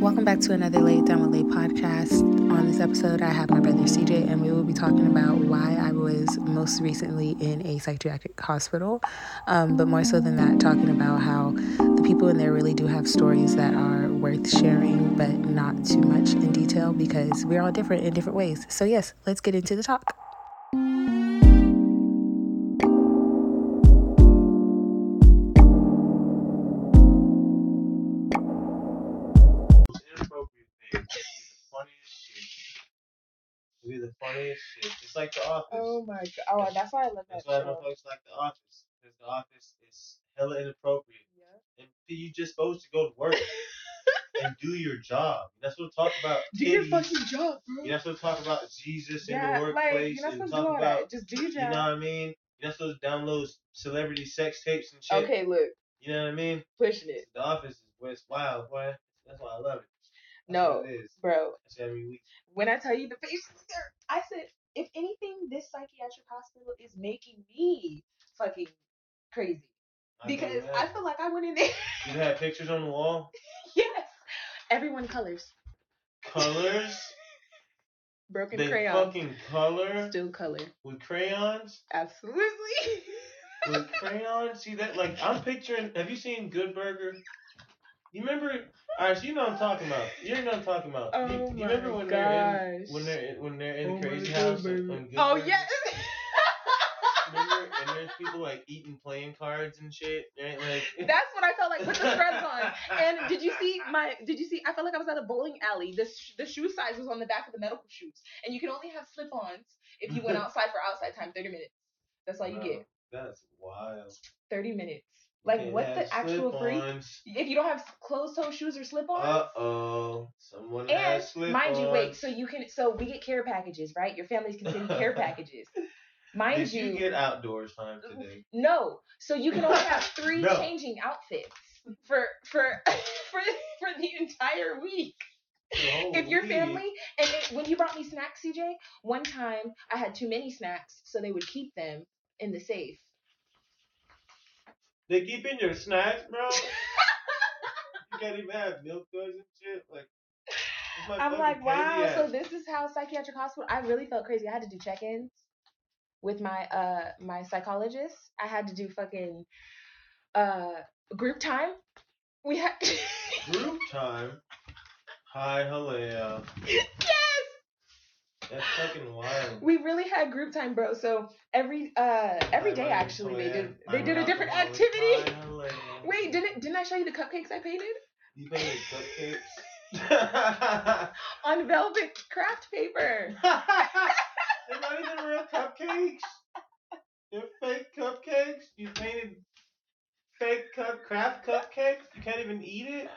Welcome back to another Late Down with Late podcast. On this episode, I have my brother CJ, and we will be talking about why I was most recently in a psychiatric hospital. Um, but more so than that, talking about how the people in there really do have stories that are worth sharing, but not too much in detail because we're all different in different ways. So, yes, let's get into the talk. inappropriate thing. It'd be the funniest shit. It'd be the funniest shit. It's like the office. Oh my god! Oh, that's why I love that That's why I show. don't folks like the office. Because the office is hella inappropriate. Yeah. And you just supposed to go to work and do your job. That's what talk about. Do your titties. fucking job, bro. You're not supposed to talk about Jesus in Yeah, the like workplace you're not and supposed to do talk all about that. Just do your you know job. what I mean. You're not supposed to download celebrity sex tapes and shit. okay, look, You know what I mean. pushing it, The office is where it's wild, boy. That's why I love it. That's No. what it is. bro. That's every week. When I tell you the patients, are- I said, if anything, this psychiatric hospital is making me fucking crazy I know because that. I feel like I went in there. You had pictures on the wall, yes, everyone colors, colors, broken they crayon, fucking color still color, with crayons, absolutely. with crayons. See that? Like I'm picturing. Have you seen Good Burger? You remember? All right, so you know what I'm talking about. You know what I'm talking about. Oh you, you my remember when they're in gosh. when they're in, when they're in Oh the my crazy God, house baby. on Good oh Burger? yes. Remember? And there's people like eating playing cards and shit. Right? Like That's what I felt like. Put the scrubs on. And did you see my? Did you see? I felt like I was at a bowling alley. The sh- the shoe size was on the back of the medical shoes, and you can only have slip-ons if you went outside for outside time, thirty minutes. That's all you Wow, get, That's wild. thirty minutes. Like They what have the actual freak? slip-ons. If you don't have closed-toe shoes or Uh slip-ons. oh, someone and has slip-ons. mind you, wait. So you can. So we get care packages, right? Your families can send you care packages. Mind Did you, get outdoors time today? No. So you can only have three No. changing outfits for for for for the entire week. If your Holy. family and it, when you brought me snacks, CJ, one time I had too many snacks, so they would keep them in the safe. They keep in your snacks, bro. you can't even have milk duds and shit. Like, it's my I'm fucking like, wow. crazy So ass. this is how psychiatric hospital. I really felt crazy. I had to do check-ins with my uh my psychologist. I had to do fucking uh group time. We had group time. Hi, hello. yes. That's fucking wild. We really had group time, bro. So every uh every I'm day an actually they did alcoholic. they I'm did an a different alcoholic. activity. Hi, hello. Wait, didn't didn't I show you the cupcakes I painted you put in cupcakes? on velvet craft paper? They're not even real cupcakes. They're fake cupcakes. You painted fake cup craft cupcakes. You can't even eat it.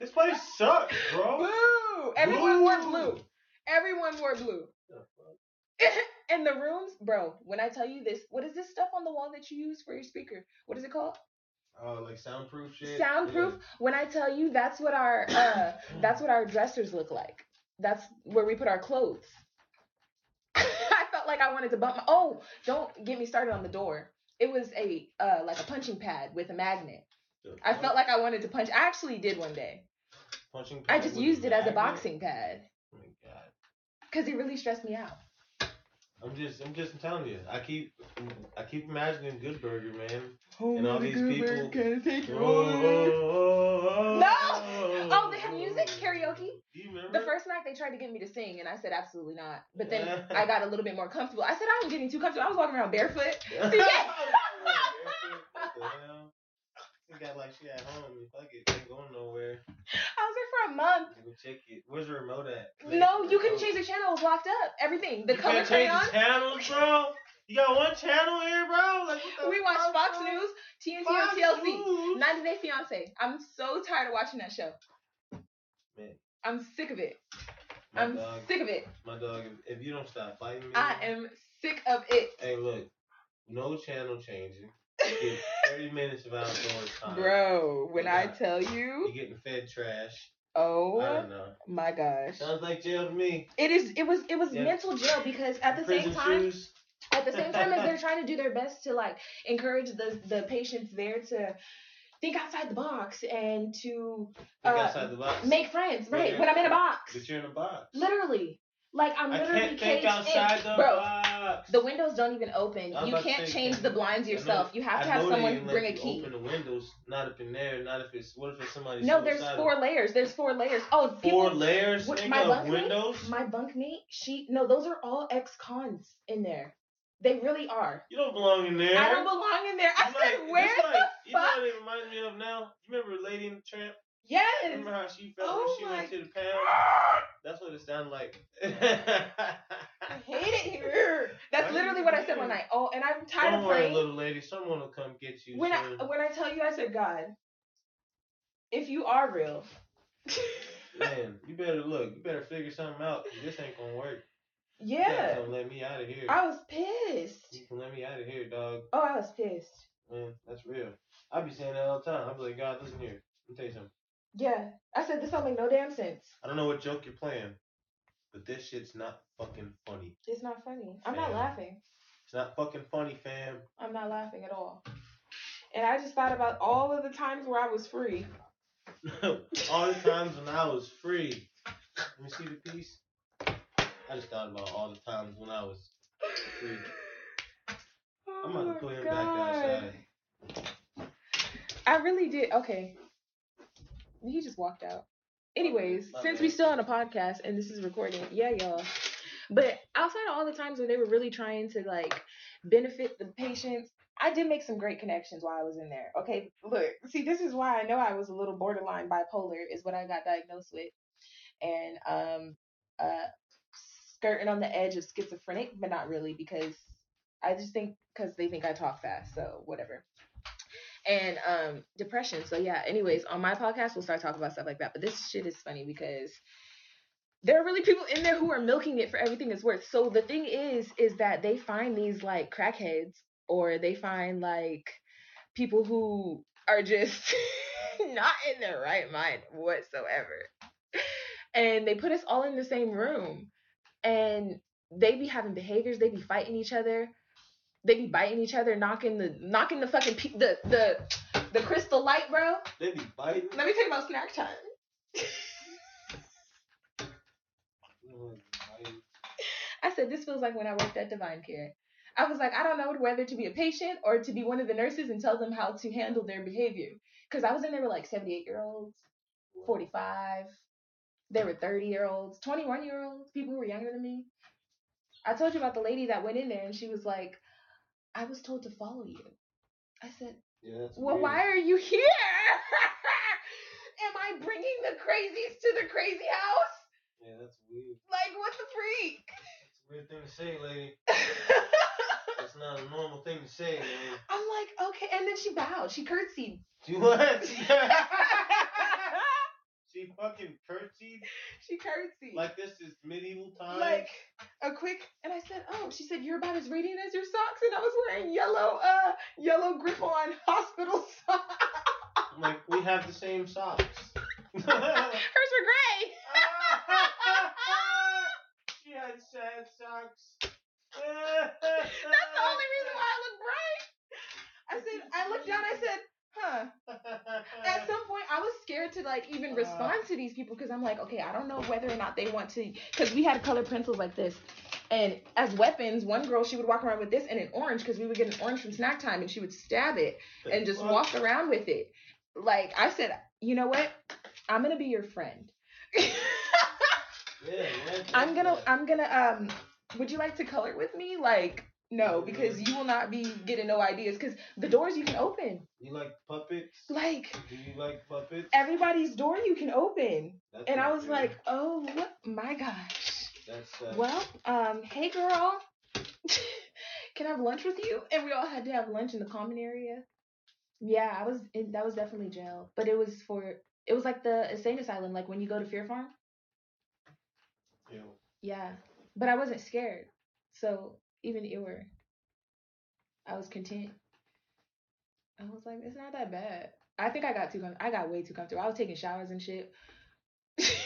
This place sucks, bro. Blue. Everyone wore Blue. blue. Everyone wore blue. And the rooms, bro. When I tell you this, what is this stuff on the wall that you use for your speaker? What is it called? Oh, like soundproof shit. Soundproof. When I tell you that's what our uh that's what our dressers look like. That's where we put our clothes. I felt like I wanted to bump my oh, don't get me started on the door. It was a uh like a punching pad with a magnet. Yeah. I felt like I wanted to punch. I actually did one day. Punching I pad just with used it as a magnet. boxing pad Oh my god. because it really stressed me out. I'm just, I'm just telling you. I keep, I keep imagining Good Burger, man. Oh And all my these God, people- we're gonna take No. Oh, they have music? Karaoke? Do you remember? The first night they tried to get me to sing, and I said absolutely not. But then I got a little bit more comfortable. I said I was getting too comfortable. I was walking around barefoot. Yeah. See, yeah. What the hell? She got like she at home. Fuck it, ain't going nowhere. I was there for a month. Go check it. Where's your remote at? No, you couldn't change the channel. It was locked up. Everything. The you color can't change crayon. the channels, bro. You got one channel here, bro. Like what the We watched fuck, Fox bro? News, TNT, Fox or TLC. News. 90 Day Fiance. I'm so tired of watching that show. Man, I'm sick of it. my I'm dog, sick of it. my dog. If, if you don't stop fighting me, I am sick of it. Hey, look, no channel changing. Get Thirty minutes of outdoors time. Bro, when I Yeah. tell You you, getting fed trash? I oh don't know. my gosh. Sounds like jail to me. It is it was it was Yeah. mental jail because at the Prison same time shoes. at the same time as they're trying to do their best to like encourage the the patients there to think outside the box and to Think Uh, outside the box. make friends, But right? you're- When I'm in a box, but you're in a box. literally, like I'm I literally can't think caged in. outside the Bro, box. The windows don't even open. I was You about to can't say, change can- the blinds know- yourself. You have to I have know they someone ain't let bring a you key. Open the windows, not up in there, not if it's what if it's somebody. No, there's suicidal? four layers. There's four layers. Oh, people, four layers What, nigga, my of bunkmate? windows. my bunkmate, she no, those are all ex-cons in there. They really are. you don't belong in there. I don't belong in there. I You said, like- where it's like, the You know fuck? what it reminds me of now? You remember Lady and the Tramp? Yes. Remember how she felt Oh when she went my- to the pound? That's what it sounded like. I hate it here. That's Why literally you what I said one here? night. Oh, and I'm tired Don't of worry, praying. little lady. Someone will come get you. when I soon. when I tell you, I said, God, if you are real, Man, you better look. You better figure something out. This ain't gonna work. You gotta yeah, come let me out of here. I was pissed. You can let me out of here, dog. Oh, I was pissed. Man, that's real. I be saying that all the time. I be like, God, listen here. Let me tell you something. Yeah, I said this don't make no damn sense. I don't know what joke you're playing, but this shit's not fucking funny. It's not funny. I'm not Fam. laughing. It's not fucking funny, fam. I'm not laughing at all. And I just thought about all of the times where I was free. all the times when I was free. Let me see the piece. I just thought about all the times when I was free. Oh I'm about my to put him back outside. I really did. Okay. He just walked out. Anyways, My since bad. we still on a podcast and this is recording, yeah, y'all. But outside of all the times when they were really trying to like benefit the patients, I did make some great connections while I was in there. Okay, look, see, this is why I know I was a little borderline bipolar, is what I got diagnosed with, and um, uh, skirting on the edge of schizophrenic, but not really because I just think because they think I talk fast, so whatever and um depression. So yeah, anyways, on my podcast we'll start talking about stuff like that. But this shit is funny because there are really people in there who are milking it for everything it's worth. So the thing is, is that they find these like crackheads or they find like people who are just not in their right mind whatsoever. And they put us all in the same room and they be having behaviors, they be fighting each other, they be biting each other, knocking the knocking the fucking pe- the the the crystal light, bro. They be biting. Let me tell you about snack time. I said, this feels like when I worked at Divine Care. I was like, I don't know whether to be a patient or to be one of the nurses and tell them how to handle their behavior. Because I was in there with like 78 year olds, 45, there were 30 year olds, 21 year olds, people who were younger than me. I told you about the lady that went in there and she was like, I was told to follow you. I said, Yeah, that's Well, weird. why are you here? Am I bringing the crazies to the crazy house? Yeah, that's weird. Like, what the freak? It's a weird thing to say, lady. I'm That's not a normal thing to say, man. like, okay. And then she bowed. She curtsied. You what? she she fucking curtsied curtsied. like uh, this is medieval times. Like, a quick. And I said, oh. She said, you're about as radiant as your socks. And I was wearing yellow, uh, yellow grip on hospital socks. I'm like we have the same socks. Ah! Hers were gray. she had sad socks. That's the only reason why I look bright. I said, I looked down. I said, huh. at some point i was scared to like even Uh. respond to these people because i'm like okay i don't know whether or not they want to because we had colored pencils like this and as weapons one girl she would walk around with this and an orange because we would get an orange from snack time and she would stab it and just Fuck. walk around with it like i said you know what i'm gonna be your friend Yeah, man, i'm that's gonna like- i'm gonna um would you like to color with me like no because you will not be getting no ideas because the doors you can open You like puppets? like Do you like puppets? everybody's door you can open That's and I not was good. like, oh what- my gosh. that's uh, Well, um, hey girl, can I have lunch with you? And we all had to have lunch in the common area. Yeah, I was in, that was definitely jail, but it was for it was like the insane asylum, like when you go to Fear Farm. ew. Yeah, but I wasn't scared, so even ewer, I was content. I was like, it's not that bad. I think I got too com- I got way too comfortable. I was taking showers and shit.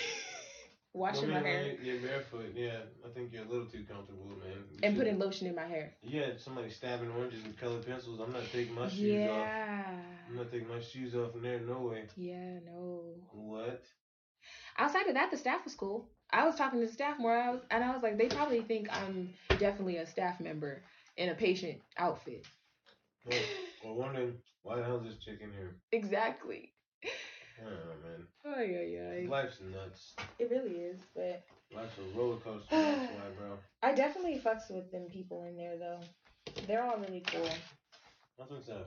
washing Well, my I mean, when hair you- You're barefoot. Yeah, I think you're a little too comfortable, man. You and should- putting lotion in my hair. Yeah, somebody stabbing oranges with colored pencils. I'm not taking my shoes off. Yeah. I'm not taking my shoes off in there. No way. Yeah, no. What? outside of that, the staff was cool. I was talking to the staff more. I was, and I was like, they probably think I'm definitely a staff member in a patient outfit. Well, we're wondering why the hell is this chick in here? exactly. I don't know, man. Oh yeah, yeah. Life's nuts. It really is, but Life's a roller coaster. That's why, bro. I definitely fucks with them people in there though. They're all really cool. I think so.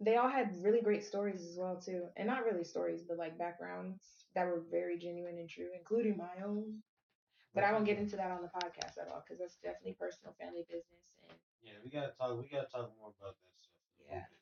They all had really great stories as well too, and not really stories, but like backgrounds that were very genuine and true, including my own. But I won't get into that on the podcast at all because that's definitely personal family business. And Yeah, we gotta talk. We gotta talk more about that stuff. Yeah.